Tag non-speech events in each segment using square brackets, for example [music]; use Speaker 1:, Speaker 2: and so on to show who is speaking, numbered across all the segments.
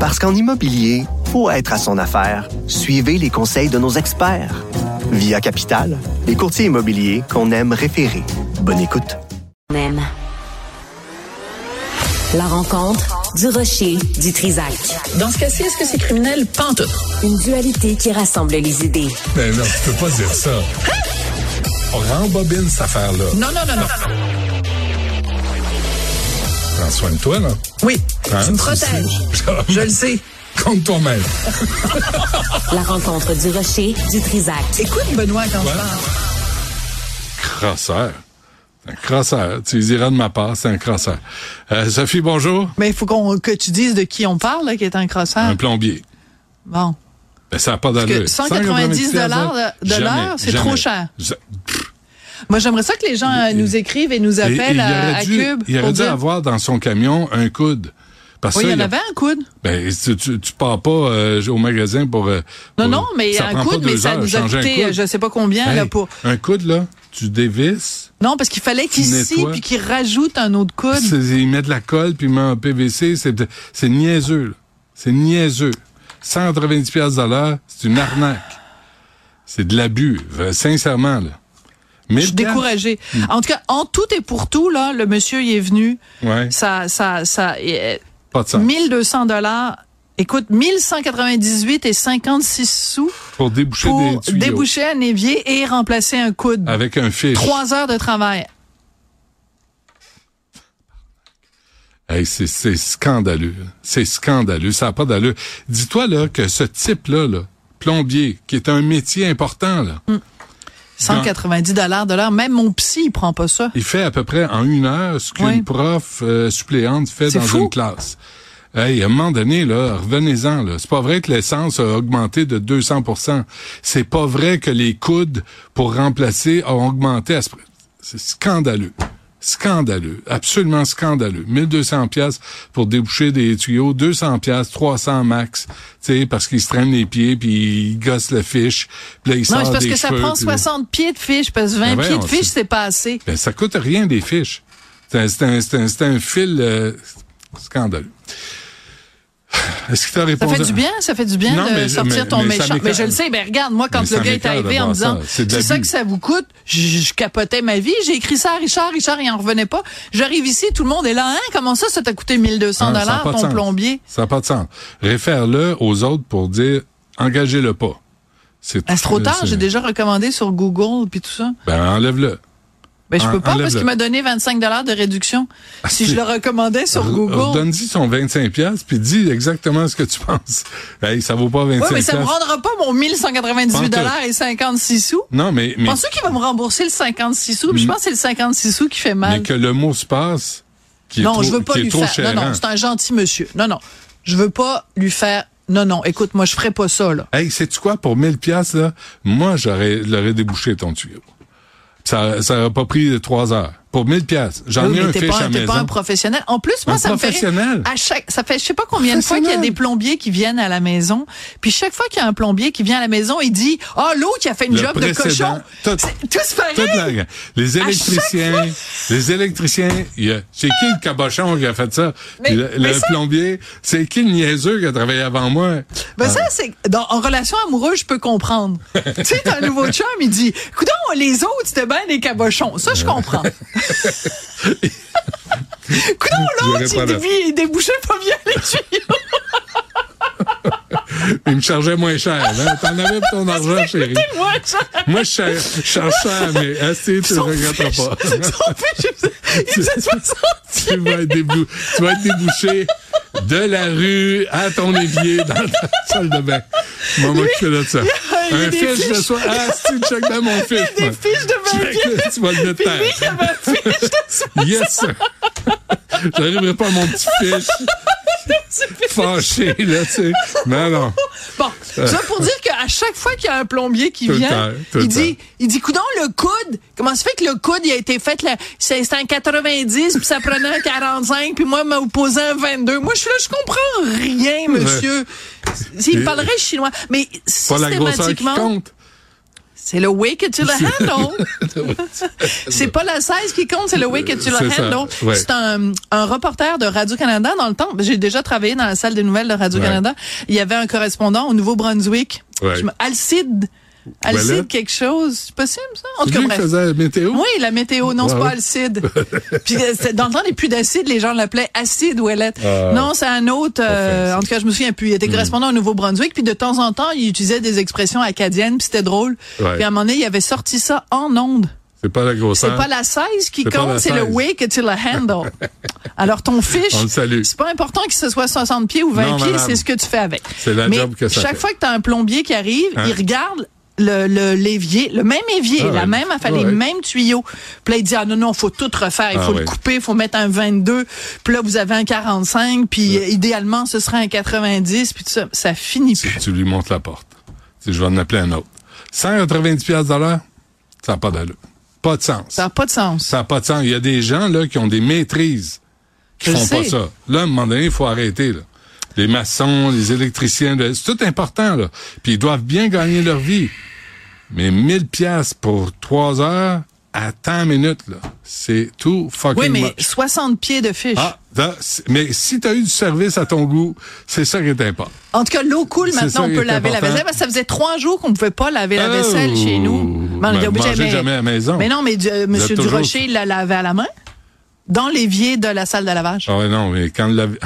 Speaker 1: Parce qu'en immobilier, pour être à son affaire, suivez les conseils de nos experts. Via Capital, les courtiers immobiliers qu'on aime référer. Bonne écoute.
Speaker 2: Même. La rencontre du rocher du Trisac.
Speaker 3: Dans ce cas-ci, est-ce que c'est criminel? Pantoute.
Speaker 2: Une dualité qui rassemble les idées.
Speaker 4: Mais Ben non, tu peux pas dire ça.
Speaker 5: Hein?
Speaker 4: On rembobine cette affaire-là.
Speaker 3: Non, non, non, non.
Speaker 4: Prends soin de toi, là.
Speaker 3: Oui,
Speaker 4: Hein,
Speaker 3: tu me
Speaker 4: tu
Speaker 3: protèges.
Speaker 4: sais.
Speaker 3: Je le sais.
Speaker 4: [laughs] Compte toi-même.
Speaker 2: La rencontre du rocher du Trisac.
Speaker 3: Écoute, Benoît, quand je
Speaker 4: Ouais.
Speaker 3: parle.
Speaker 4: Crosseur. Un crosseur. Tu les diras de ma part, c'est un crosseur. Euh, Sophie, bonjour.
Speaker 5: Mais il faut qu'on que tu dises de qui on parle, là, qui est un crosseur.
Speaker 4: Un plombier.
Speaker 5: Bon.
Speaker 4: Ben, ça n'a pas
Speaker 5: Ah. que
Speaker 4: d'allure.
Speaker 5: 190 de
Speaker 4: Jamais,
Speaker 5: l'heure, c'est
Speaker 4: jamais.
Speaker 5: trop cher.
Speaker 4: Je-
Speaker 5: Moi, j'aimerais ça que les gens euh, nous écrivent et nous
Speaker 4: Et- et
Speaker 5: appellent
Speaker 4: il
Speaker 5: à,
Speaker 4: aurait
Speaker 5: à
Speaker 4: dû,
Speaker 5: Cube.
Speaker 4: il aurait
Speaker 5: pour
Speaker 4: dû
Speaker 5: dire-
Speaker 4: avoir dans son camion un coude. Parce que
Speaker 5: Oui, il
Speaker 4: ça,
Speaker 5: y en
Speaker 4: il a-
Speaker 5: avait un coude.
Speaker 4: Ben, tu, tu, tu pars pas euh, au magasin pour. euh,
Speaker 5: Non,
Speaker 4: pour-
Speaker 5: non, mais
Speaker 4: ça
Speaker 5: un
Speaker 4: prend pas
Speaker 5: coude, mais
Speaker 4: deux
Speaker 5: ça
Speaker 4: heures,
Speaker 5: nous a
Speaker 4: changer un
Speaker 5: coûté, euh,
Speaker 4: coude.
Speaker 5: je sais pas combien,
Speaker 4: Hey,
Speaker 5: là, pour.
Speaker 4: Un coude, là, tu dévisses,
Speaker 5: Non, parce qu'il fallait
Speaker 4: Tu
Speaker 5: qu'ils scient
Speaker 4: nettoies.
Speaker 5: puis qu'ils rajoutent un autre coude.
Speaker 4: c'est- il met de la colle, puis il met un PVC, c'est c'est niaiseux, là. C'est niaiseux. 190 pièces de l'heure, c'est une arnaque. C'est de l'abus, euh, sincèrement, là. Mais
Speaker 5: Je suis découragée.
Speaker 4: Hmm.
Speaker 5: En tout cas, en tout et pour tout, là, le monsieur il est venu.
Speaker 4: Ouais,
Speaker 5: Ça, ça, ça. et, euh,
Speaker 4: pas de sens.
Speaker 5: 1200 dollars. Écoute, 1198 et 56 sous
Speaker 4: Pour déboucher
Speaker 5: pour
Speaker 4: des tuyaux.
Speaker 5: déboucher un évier et remplacer un coude.
Speaker 4: Avec un fil.
Speaker 5: Trois heures de travail.
Speaker 4: Hey, c'est- c'est scandaleux. là. C'est scandaleux. Ça n'a pas d'allure. Dis-toi, là, que ce type-là, là, plombier, qui est un métier important, là,
Speaker 5: 190 dollars de l'heure. Même mon psy, il prend pas ça.
Speaker 4: Il fait à peu près en une heure ce qu'une
Speaker 5: Ouais.
Speaker 4: prof euh, suppléante fait
Speaker 5: C'est
Speaker 4: dans
Speaker 5: fou.
Speaker 4: une classe. Hey, à un moment donné, là, revenez-en. Là. C'est pas vrai que l'essence a augmenté de 200 C'est pas vrai que les coudes pour remplacer ont augmenté à ce prix. C'est scandaleux. Scandaleux. Absolument scandaleux. 1200 pièces pour déboucher des tuyaux, 200 pièces, 300 max, tu sais, parce qu'ils se traînent les pieds, puis ils gossent le fiche, puis là, ils
Speaker 5: Non,
Speaker 4: sortent
Speaker 5: c'est parce
Speaker 4: des
Speaker 5: que ça
Speaker 4: cheveux,
Speaker 5: prend
Speaker 4: puis là-
Speaker 5: 60 pieds de fiches, parce que 20
Speaker 4: Ben
Speaker 5: pieds
Speaker 4: voyons,
Speaker 5: de fiches,
Speaker 4: c'est-
Speaker 5: c'est pas assez.
Speaker 4: Ben, ça coûte rien des fiches. C'est un, c'est un- c'est un- c'est un fil euh, scandaleux. [sighs] Est-ce que tu as
Speaker 5: Ça
Speaker 4: répondu?
Speaker 5: fait du bien, ça fait du bien
Speaker 4: Non,
Speaker 5: de
Speaker 4: mais je-
Speaker 5: sortir
Speaker 4: mais-
Speaker 5: ton
Speaker 4: mais ça
Speaker 5: méchant.
Speaker 4: m'écoeure.
Speaker 5: Mais je le sais, mais regarde, moi, quand
Speaker 4: Mais ça
Speaker 5: le gars est
Speaker 4: m'écoeure de
Speaker 5: arrivé en
Speaker 4: voir
Speaker 5: me disant,
Speaker 4: ça. C'est de
Speaker 5: c'est ça
Speaker 4: l'abus.
Speaker 5: que ça vous coûte, je, je capotais ma vie, j'ai écrit ça à Richard, Richard, il en revenait pas. J'arrive ici, tout le monde est là, hein, comment ça, ça t'a coûté 1200
Speaker 4: Ah, ça a
Speaker 5: dollars
Speaker 4: pas de
Speaker 5: ton
Speaker 4: sens.
Speaker 5: plombier?
Speaker 4: Ça n'a pas de sens. Réfère-le aux autres pour dire engagez-le pas. C'est
Speaker 5: Ah, c'est trop tard,
Speaker 4: c'est-
Speaker 5: j'ai déjà recommandé sur Google puis tout ça.
Speaker 4: Ben, enlève-le.
Speaker 5: Ben, je
Speaker 4: En-
Speaker 5: peux pas parce
Speaker 4: enlève-le.
Speaker 5: qu'il m'a donné 25 dollars de réduction. Si je
Speaker 4: Ah, c'est-
Speaker 5: le recommandais sur Google.
Speaker 4: donne y son 25$, piastres, puis dis exactement ce que tu [laughs] penses. Hey, ça vaut pas 25$.
Speaker 5: Oui, mais ça me rendra pas mon 1198
Speaker 4: Pantoute.
Speaker 5: dollars et 56 sous.
Speaker 4: Non, mais, mais,
Speaker 5: Penses-tu qu'il va me rembourser le 56 sous? Puis je pense que c'est le 56 sous qui fait
Speaker 4: mais
Speaker 5: mal.
Speaker 4: que le mot se passe, qui est
Speaker 5: non,
Speaker 4: trop,
Speaker 5: je veux pas
Speaker 4: qui est
Speaker 5: lui
Speaker 4: trop hein.
Speaker 5: faire.
Speaker 4: chérant.
Speaker 5: Non, non, c'est un gentil monsieur. Non, non. Je veux pas lui faire. Non, non. Écoute, moi, je ferai pas ça, là.
Speaker 4: Hey, sais-tu quoi, pour 1000 piastres, là, moi, j'aurais, l'aurais débouché ton tuyau. Ça, ça aurait pas pris trois heures. Pour 1000 piastres. J'en
Speaker 5: Oui,
Speaker 4: ai
Speaker 5: mais
Speaker 4: un
Speaker 5: t'es
Speaker 4: fiche
Speaker 5: pas,
Speaker 4: à
Speaker 5: un- t'es
Speaker 4: maison.
Speaker 5: pas un professionnel. En plus, moi,
Speaker 4: Un
Speaker 5: ça me fait rire.
Speaker 4: professionnel.
Speaker 5: à chaque, ça fait, je sais pas combien de fois qu'il y a des
Speaker 4: Professionnel.
Speaker 5: plombiers qui viennent à la maison. Puis chaque fois qu'il y a un plombier qui vient à la maison, il dit, ah, l'autre qui a fait une
Speaker 4: Le
Speaker 5: job de
Speaker 4: précédent.
Speaker 5: cochon.
Speaker 4: Tout-
Speaker 5: C'est- Tout se pareil.
Speaker 4: Toute la- les
Speaker 5: chaque
Speaker 4: électriciens, les électriciens, il y a- c'est qui le cabochon qui a fait ça?
Speaker 5: Mais-
Speaker 4: Puis le
Speaker 5: mais
Speaker 4: le
Speaker 5: ça-
Speaker 4: plombier, c'est qui le niaiseux qui a travaillé avant moi?
Speaker 5: Ben ça, c'est dans- en relation amoureuse, je peux
Speaker 4: [laughs]
Speaker 5: comprendre. tu sais, t'as un nouveau chum, il dit, coudon, les autres, c'était bien des cabochons. Ça, je
Speaker 4: [laughs]
Speaker 5: comprends. coudon, l'autre,
Speaker 4: J'irai pas
Speaker 5: il,
Speaker 4: là.
Speaker 5: dé- il débouchait pas bien les tuyaux. [laughs]
Speaker 4: Il me chargeait moins cher. Hein? T'en avais
Speaker 5: [laughs]
Speaker 4: pour ton argent, chérie.
Speaker 5: Moi, ça,
Speaker 4: Moi, je cher- je charge cher,
Speaker 5: [laughs]
Speaker 4: mais assez, tu le regretteras pas.
Speaker 5: son fils, il faisait- il
Speaker 4: [laughs]
Speaker 5: faisait 60.
Speaker 4: tu vas être, débou- tu vas être débouché de la rue à ton évier dans ta salle de bain. Maman, tu fais de ça.
Speaker 5: il y a
Speaker 4: Un
Speaker 5: des
Speaker 4: fiche de
Speaker 5: fiches.
Speaker 4: soi. Ah, si, check dans mon fiche.
Speaker 5: Des
Speaker 4: moi.
Speaker 5: fiches de 20 pieds.
Speaker 4: Check, tu vas le
Speaker 5: Puis lui,
Speaker 4: mettre
Speaker 5: il avait un fils de
Speaker 4: Yes! J'arriverai pas à mon petit fiche. fâché, là, tu sais. Non, non.
Speaker 5: Bon, ça pour dire qu'à chaque fois qu'il y a un plombier qui
Speaker 4: Tout le
Speaker 5: vient,
Speaker 4: temps, tout le
Speaker 5: il dit,
Speaker 4: temps.
Speaker 5: il dit, coudon le coude. Comment ça fait que le coude il a été fait là, c'est c'est un 90 puis ça prenait un 45 puis moi m'a posé un 22. Moi je suis là, je comprends rien, monsieur. S'il
Speaker 4: Et-
Speaker 5: parlerait chinois, mais
Speaker 4: Pas la grosseur qui
Speaker 5: systématiquement,
Speaker 4: compte.
Speaker 5: c'est le way que tu le
Speaker 4: [laughs]
Speaker 5: handles. C'est pas la 16 qui compte, c'est le way que tu le
Speaker 4: C'est ça,
Speaker 5: handles.
Speaker 4: ouais.
Speaker 5: C'est un, un reporter de Radio-Canada dans le temps. J'ai déjà travaillé dans la salle des nouvelles de Radio-Canada. Il y avait un correspondant au Nouveau-Brunswick.
Speaker 4: Ouais.
Speaker 5: Je me- Alcide. Alcide
Speaker 4: Voilà.
Speaker 5: quelque chose. C'est possible, ça? En tout
Speaker 4: C'est
Speaker 5: cas,
Speaker 4: lui qui
Speaker 5: bref.
Speaker 4: faisait la météo?
Speaker 5: Oui, la météo, non, c'est
Speaker 4: Ouais,
Speaker 5: pas
Speaker 4: ouais. [laughs]
Speaker 5: Alcide. Puis euh, c'est- dans le temps, il n'y a plus d'acide, les gens l'appelaient acide ou Ouellette.
Speaker 4: Ah. Hmm.
Speaker 5: non, c'est un autre, euh, en tout cas, je me souviens plus. Il était correspondant au Nouveau-Brunswick, puis de temps en temps, il utilisait des expressions acadiennes, puis c'était drôle.
Speaker 4: Ouais.
Speaker 5: Puis à un moment donné, il avait sorti ça en ondes.
Speaker 4: C'est pas la
Speaker 5: C'est
Speaker 4: grosseur.
Speaker 5: pas la 16 qui
Speaker 4: C'est pas la
Speaker 5: compte, c'est le
Speaker 4: 16.
Speaker 5: way que tu le
Speaker 4: [laughs]
Speaker 5: handle. Alors ton fish,
Speaker 4: On le salue.
Speaker 5: c'est pas important que ce soit 60 pieds ou 20
Speaker 4: Non,
Speaker 5: pieds,
Speaker 4: madame.
Speaker 5: c'est ce que tu fais avec.
Speaker 4: C'est la
Speaker 5: Mais
Speaker 4: job que ça
Speaker 5: chaque
Speaker 4: fait.
Speaker 5: fois que tu as un plombier qui arrive,
Speaker 4: Hein?
Speaker 5: il regarde le le- l'évier, le même évier,
Speaker 4: Ah
Speaker 5: la
Speaker 4: ouais.
Speaker 5: même affaire,
Speaker 4: Ah
Speaker 5: les
Speaker 4: ouais.
Speaker 5: mêmes tuyaux. Puis là, il dit ah non non, faut tout refaire, il
Speaker 4: Ah
Speaker 5: faut le
Speaker 4: ouais.
Speaker 5: couper, il faut mettre un 22, puis là vous avez un 45, puis euh, idéalement ce serait un 90, puis tout ça, ça finit plus.
Speaker 4: Tu, tu lui montres la porte. Tu dis, je vais en appeler un autre. 190 piastres de l'heure, ça n'a pas d'allure. Pas de sens.
Speaker 5: Ça n'a pas de sens.
Speaker 4: Ça n'a pas de sens. Il y a des gens là qui ont des maîtrises qui
Speaker 5: Je
Speaker 4: font
Speaker 5: le
Speaker 4: pas
Speaker 5: sais.
Speaker 4: ça. Là, à un moment donné, il faut arrêter. Là. Les maçons, les électriciens, là, c'est tout important. Là. Puis ils doivent bien gagner leur vie. Mais 1000 piastres pour 3 heures à tant minutes, là, c'est tout fucking
Speaker 5: Oui, mais
Speaker 4: much.
Speaker 5: 60 pieds de fish.
Speaker 4: Ah, da- c'est- mais si tu as eu du service à ton goût, c'est ça qui est important.
Speaker 5: En tout cas, l'eau coule
Speaker 4: C'est ça
Speaker 5: maintenant, on
Speaker 4: qui
Speaker 5: peut
Speaker 4: est
Speaker 5: laver la
Speaker 4: important.
Speaker 5: vaisselle. Parce que ça faisait trois jours qu'on ne pouvait pas laver la vaisselle
Speaker 4: Oh!
Speaker 5: chez nous. Ben, on était
Speaker 4: Ben,
Speaker 5: obligé,
Speaker 4: mangez
Speaker 5: mais-
Speaker 4: jamais à la maison.
Speaker 5: Mais non, mais du- euh, Monsieur
Speaker 4: êtes toujours-
Speaker 5: Durocher, il la lavait à la main. Dans l'évier de la salle de lavage.
Speaker 4: Ah ouais, non, mais quand [laughs] le lave-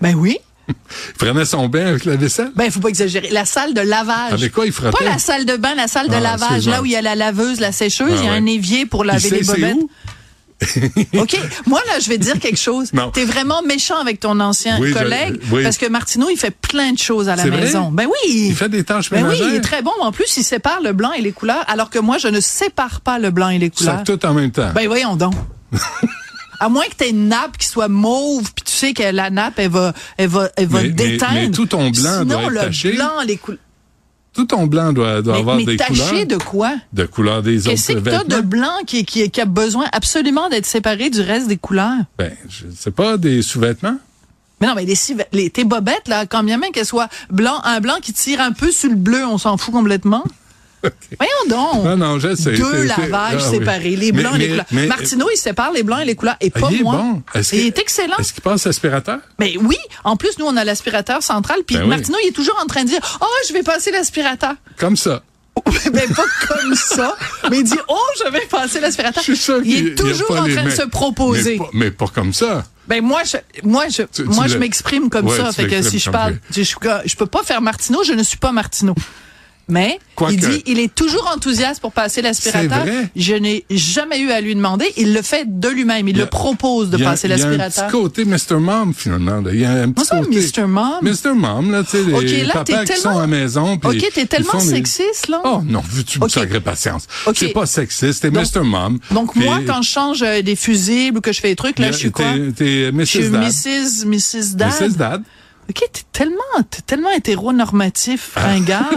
Speaker 5: Ben oui.
Speaker 4: il prenait son bain avec la vaisselle,
Speaker 5: Ben, il faut pas exagérer. La salle de lavage.
Speaker 4: Avec quoi il frottait?
Speaker 5: Pas la salle de bain, la salle de
Speaker 4: Ah,
Speaker 5: lavage.
Speaker 4: excuse-moi.
Speaker 5: Là où il y a la laveuse, la sécheuse,
Speaker 4: Ah,
Speaker 5: il y a
Speaker 4: ouais.
Speaker 5: un évier pour
Speaker 4: il
Speaker 5: laver
Speaker 4: sait
Speaker 5: les
Speaker 4: c'est
Speaker 5: bobettes.
Speaker 4: où?
Speaker 5: OK.
Speaker 4: [laughs]
Speaker 5: Moi, là, je vais te dire quelque chose.
Speaker 4: Non.
Speaker 5: T'es vraiment méchant avec ton ancien
Speaker 4: Oui, je-
Speaker 5: collègue.
Speaker 4: oui.
Speaker 5: Parce que Martineau, il fait plein de choses à la
Speaker 4: C'est vrai?
Speaker 5: maison. Ben oui.
Speaker 4: Il fait des tâches
Speaker 5: Ben oui,
Speaker 4: ménagères.
Speaker 5: il est très bon. En plus, il sépare le blanc et les couleurs, alors que moi, je ne sépare pas le blanc et les
Speaker 4: Ça
Speaker 5: couleurs.
Speaker 4: tout en même temps.
Speaker 5: Ben voyons
Speaker 4: [laughs]
Speaker 5: donc. à moins que t'aies une nappe qui soit mauve, puis tu sais que la nappe, elle va, elle va, elle va
Speaker 4: Mais- mais-
Speaker 5: déteindre.
Speaker 4: mais tout ton blanc
Speaker 5: Sinon,
Speaker 4: doit être
Speaker 5: le
Speaker 4: taché.
Speaker 5: blanc, les couleurs.
Speaker 4: Tout ton blanc doit, doit
Speaker 5: Mais,
Speaker 4: avoir
Speaker 5: mais
Speaker 4: des
Speaker 5: taché
Speaker 4: couleurs.
Speaker 5: de quoi?
Speaker 4: de couleur des autres
Speaker 5: Qu'est-ce que t'as de
Speaker 4: vêtements.
Speaker 5: blanc qui, qui, qui a besoin absolument d'être séparé du reste des couleurs?
Speaker 4: Ben, je sais pas, des sous-vêtements? [laughs]
Speaker 5: Mais non, mais les, cive- les tes bobettes, là, quand bien même qu'elles soient blanc, un blanc qui tire un peu sur le bleu, on s'en fout complètement. Voyons donc.
Speaker 4: Non, non, je sais.
Speaker 5: Deux
Speaker 4: C'est- c'est-
Speaker 5: lavages
Speaker 4: ah oui.
Speaker 5: séparés, les blancs
Speaker 4: Mais-
Speaker 5: et les
Speaker 4: mais-
Speaker 5: couleurs.
Speaker 4: mais-
Speaker 5: Martineau, il sépare les blancs et les couleurs, et
Speaker 4: Ah,
Speaker 5: pas
Speaker 4: il est
Speaker 5: moi.
Speaker 4: bon. Est-ce
Speaker 5: il
Speaker 4: que-
Speaker 5: est excellent.
Speaker 4: Est-ce qu'il passe aspirateur?
Speaker 5: Mais oui, en plus, nous, on a l'aspirateur central, puis
Speaker 4: Ben oui.
Speaker 5: Martineau, il est toujours en train de dire « Oh, je vais passer l'aspirateur ». [laughs]
Speaker 4: Comme ça.
Speaker 5: Mais pas comme ça, mais il dit « Oh, je vais passer l'aspirateur ».
Speaker 4: Je suis sûr qu'il-
Speaker 5: Il
Speaker 4: a
Speaker 5: est toujours
Speaker 4: pas
Speaker 5: en
Speaker 4: les
Speaker 5: train de
Speaker 4: mains.
Speaker 5: se proposer.
Speaker 4: Mais pas, mais pas comme ça.
Speaker 5: Ben moi, je, moi, je,
Speaker 4: Tu- tu
Speaker 5: moi, je
Speaker 4: le-
Speaker 5: m'exprime comme
Speaker 4: Ouais,
Speaker 5: ça.
Speaker 4: tu
Speaker 5: Fait que si
Speaker 4: l'exprimes
Speaker 5: je
Speaker 4: comme
Speaker 5: parle,
Speaker 4: ça.
Speaker 5: je, suis comme- je peux pas faire Martineau. Je ne suis pas Martineau. Mais
Speaker 4: Quoique.
Speaker 5: il dit, il est toujours enthousiaste pour passer l'aspirateur.
Speaker 4: C'est vrai.
Speaker 5: Je n'ai jamais eu à lui demander. Il le fait de lui-même. Il,
Speaker 4: Il y a-
Speaker 5: le propose de
Speaker 4: Il y a-
Speaker 5: passer
Speaker 4: Il y a un petit
Speaker 5: l'aspirateur.
Speaker 4: côté Mr. Mom, finalement. là. Il y a un petit
Speaker 5: ça,
Speaker 4: côté...
Speaker 5: Mr. Mom?
Speaker 4: Mr. Mom, là, tu sais, les
Speaker 5: Ok, là,
Speaker 4: papas
Speaker 5: t'es
Speaker 4: qui
Speaker 5: tellement-
Speaker 4: sont à la maison. puis
Speaker 5: Ok, t'es
Speaker 4: ils
Speaker 5: tellement
Speaker 4: font des-
Speaker 5: sexiste, là.
Speaker 4: Oh non, veux-tu me
Speaker 5: Ok.
Speaker 4: sacrer patience?
Speaker 5: Ok.
Speaker 4: C'est pas sexiste, t'es
Speaker 5: Donc-
Speaker 4: Mr. Mom.
Speaker 5: Donc
Speaker 4: puis-
Speaker 5: moi, quand je change euh, des fusibles ou que je fais des trucs, là,
Speaker 4: T'es-
Speaker 5: je suis quoi?
Speaker 4: T'es
Speaker 5: Je suis
Speaker 4: Mrs.
Speaker 5: Mrs.
Speaker 4: Dad.
Speaker 5: Mrs. Dad. [laughs]
Speaker 4: Mrs. Dad.
Speaker 5: Ok, t'es tellement, t'es tellement hétéronormatif,
Speaker 4: Ah. [laughs]
Speaker 5: ringard.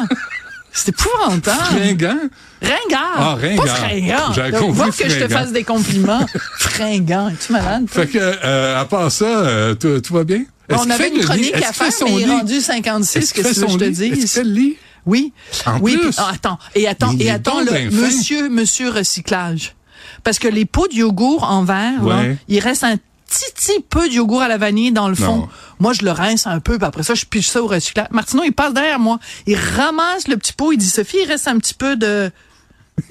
Speaker 5: C'est épouvantable.
Speaker 4: Fringant.
Speaker 5: Ringard.
Speaker 4: Ah, ringard.
Speaker 5: Pas fringant.
Speaker 4: J'avais
Speaker 5: Donc,
Speaker 4: compris
Speaker 5: Va que je te
Speaker 4: fringant.
Speaker 5: fasse des
Speaker 4: [laughs]
Speaker 5: compliments. fringant. Es-tu malade? toi?
Speaker 4: Fait que, euh, à part ça, euh, tout, tout va bien? Est-ce
Speaker 5: on
Speaker 4: qu'il
Speaker 5: avait
Speaker 4: fait
Speaker 5: une
Speaker 4: le lit?
Speaker 5: chronique
Speaker 4: Est-ce
Speaker 5: à
Speaker 4: qu'il fait
Speaker 5: faire,
Speaker 4: son
Speaker 5: mais il est
Speaker 4: lit?
Speaker 5: rendu 56.
Speaker 4: Est-ce qu'il
Speaker 5: Qu'est-ce que
Speaker 4: fait
Speaker 5: tu veux
Speaker 4: son
Speaker 5: que je
Speaker 4: lit?
Speaker 5: te
Speaker 4: Est-ce
Speaker 5: dise?
Speaker 4: qu'il lit?
Speaker 5: Oui.
Speaker 4: En
Speaker 5: oui,
Speaker 4: plus.
Speaker 5: puis- ah, attends. Et attends,
Speaker 4: Il
Speaker 5: et
Speaker 4: est
Speaker 5: attends,
Speaker 4: donc
Speaker 5: le
Speaker 4: ben fin.
Speaker 5: monsieur, monsieur recyclage. Parce que les pots de yogourt en verre, là,
Speaker 4: Ouais.
Speaker 5: il reste un petit peu de yogourt à la vanille dans le fond.
Speaker 4: Non.
Speaker 5: Moi, je le rince un peu, puis après ça, je pige ça au recyclage. Martineau, il passe derrière moi. Il ramasse le petit pot. Il dit, Sophie, il reste un petit peu de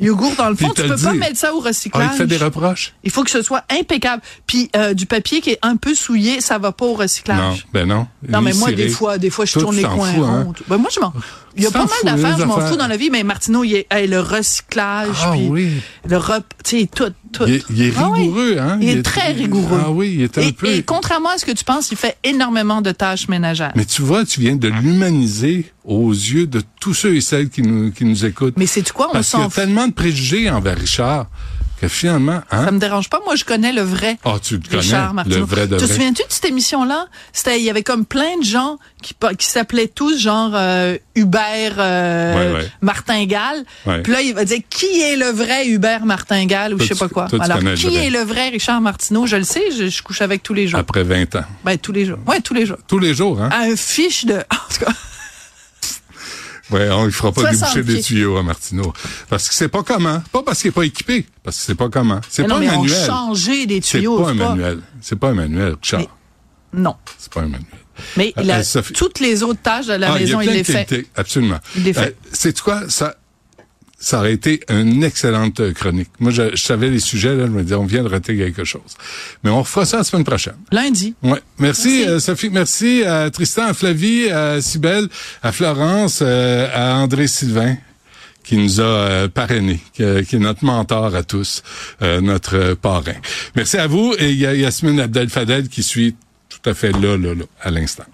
Speaker 5: yogourt dans le
Speaker 4: Puis
Speaker 5: fond.
Speaker 4: il te
Speaker 5: Tu
Speaker 4: le
Speaker 5: peux pas
Speaker 4: dit.
Speaker 5: mettre ça au
Speaker 4: Ah,
Speaker 5: recyclage.
Speaker 4: il te fait des reproches?
Speaker 5: Il faut que ce soit impeccable. Puis euh, du papier qui est un peu souillé, ça va pas au
Speaker 4: Non,
Speaker 5: recyclage.
Speaker 4: ben non.
Speaker 5: Non,
Speaker 4: Il
Speaker 5: mais
Speaker 4: est
Speaker 5: moi,
Speaker 4: ciré.
Speaker 5: des fois, des fois, je
Speaker 4: Toi, tu
Speaker 5: tourne les
Speaker 4: t'en
Speaker 5: coins
Speaker 4: fous, hein?
Speaker 5: ronds. Ben, moi, je m'en. Il y a
Speaker 4: Tu
Speaker 5: pas
Speaker 4: t'en
Speaker 5: mal
Speaker 4: fous,
Speaker 5: d'affaires,
Speaker 4: les
Speaker 5: je m'en
Speaker 4: affaires.
Speaker 5: fous dans la vie, mais Martineau, il est, hey, le recyclage,
Speaker 4: Ah
Speaker 5: puis
Speaker 4: oui.
Speaker 5: le rep, tu sais, tout, tout.
Speaker 4: Il est, il est
Speaker 5: Ah oui.
Speaker 4: rigoureux, hein?
Speaker 5: Il, est, très rigoureux.
Speaker 4: Ah oui, il est un
Speaker 5: et,
Speaker 4: peu.
Speaker 5: et contrairement à ce que tu penses, il fait énormément de tâches ménagères.
Speaker 4: Mais tu vois, tu viens de l'humaniser aux yeux de tous ceux et celles qui nous, qui nous écoutent.
Speaker 5: Mais c'est quoi, on
Speaker 4: Parce qu'il y
Speaker 5: s'en
Speaker 4: a
Speaker 5: fout.
Speaker 4: tellement de préjugés envers Richard que finalement, hein?
Speaker 5: Ça me dérange pas. Moi, je connais le vrai.
Speaker 4: Ah, tu le
Speaker 5: Richard
Speaker 4: connais,
Speaker 5: Martineau.
Speaker 4: le vrai de
Speaker 5: Te
Speaker 4: vrai.
Speaker 5: souviens-tu de cette émission-là? C'était, il y avait comme plein de gens qui, pa- qui s'appelaient tous genre euh, Hubert euh,
Speaker 4: Ouais, ouais.
Speaker 5: Martingale.
Speaker 4: Ouais.
Speaker 5: Puis là, il va dire qui est le vrai Hubert Martingale ou
Speaker 4: Toi,
Speaker 5: je sais
Speaker 4: tu-
Speaker 5: pas quoi.
Speaker 4: toi, tu
Speaker 5: Alors,
Speaker 4: connais le
Speaker 5: qui
Speaker 4: vrai.
Speaker 5: est le vrai Richard Martineau? Je le sais, je, je couche avec tous les jours.
Speaker 4: après 20 ans.
Speaker 5: Ben, tous les jours. Ouais, tous les jours.
Speaker 4: Tous les jours, hein?
Speaker 5: Un fiche de... En tout cas,
Speaker 4: Ouais, on ne fera pas
Speaker 5: 60
Speaker 4: déboucher des
Speaker 5: pieds.
Speaker 4: tuyaux à Martineau. Parce que c'est pas comment. Pas parce qu'il n'est pas équipé. Parce que c'est pas comment. C'est
Speaker 5: mais
Speaker 4: pas
Speaker 5: non,
Speaker 4: un
Speaker 5: mais on
Speaker 4: manuel.
Speaker 5: changeait des
Speaker 4: C'est
Speaker 5: tuyaux.
Speaker 4: pas un manuel. C'est pas un manuel, Richard.
Speaker 5: Mais- Non.
Speaker 4: C'est pas un manuel.
Speaker 5: Mais il
Speaker 4: Euh,
Speaker 5: a
Speaker 4: euh, Sophie-
Speaker 5: toutes les autres tâches de la
Speaker 4: Ah,
Speaker 5: maison,
Speaker 4: il, y
Speaker 5: il
Speaker 4: a plein
Speaker 5: les
Speaker 4: de
Speaker 5: fait.
Speaker 4: qualités, Absolument. Euh,
Speaker 5: Il les fait.
Speaker 4: c'est quoi? Ça, ça aurait été une excellente euh, chronique. Moi, je, je savais les sujets, là. Je me disais, on vient de rater quelque chose. Mais on refera ça la semaine prochaine.
Speaker 5: Lundi.
Speaker 4: Ouais. Merci, euh, Sophie. Merci à Tristan, à Flavie, à Cybelle, à Florence, euh, à André Sylvain qui nous a euh, parrainé, qui, euh, qui est notre mentor à tous, euh, notre euh, parrain. Merci à vous et il y a Yasmine Abdel Fadel qui suit tout à fait là, là, là, à l'instant.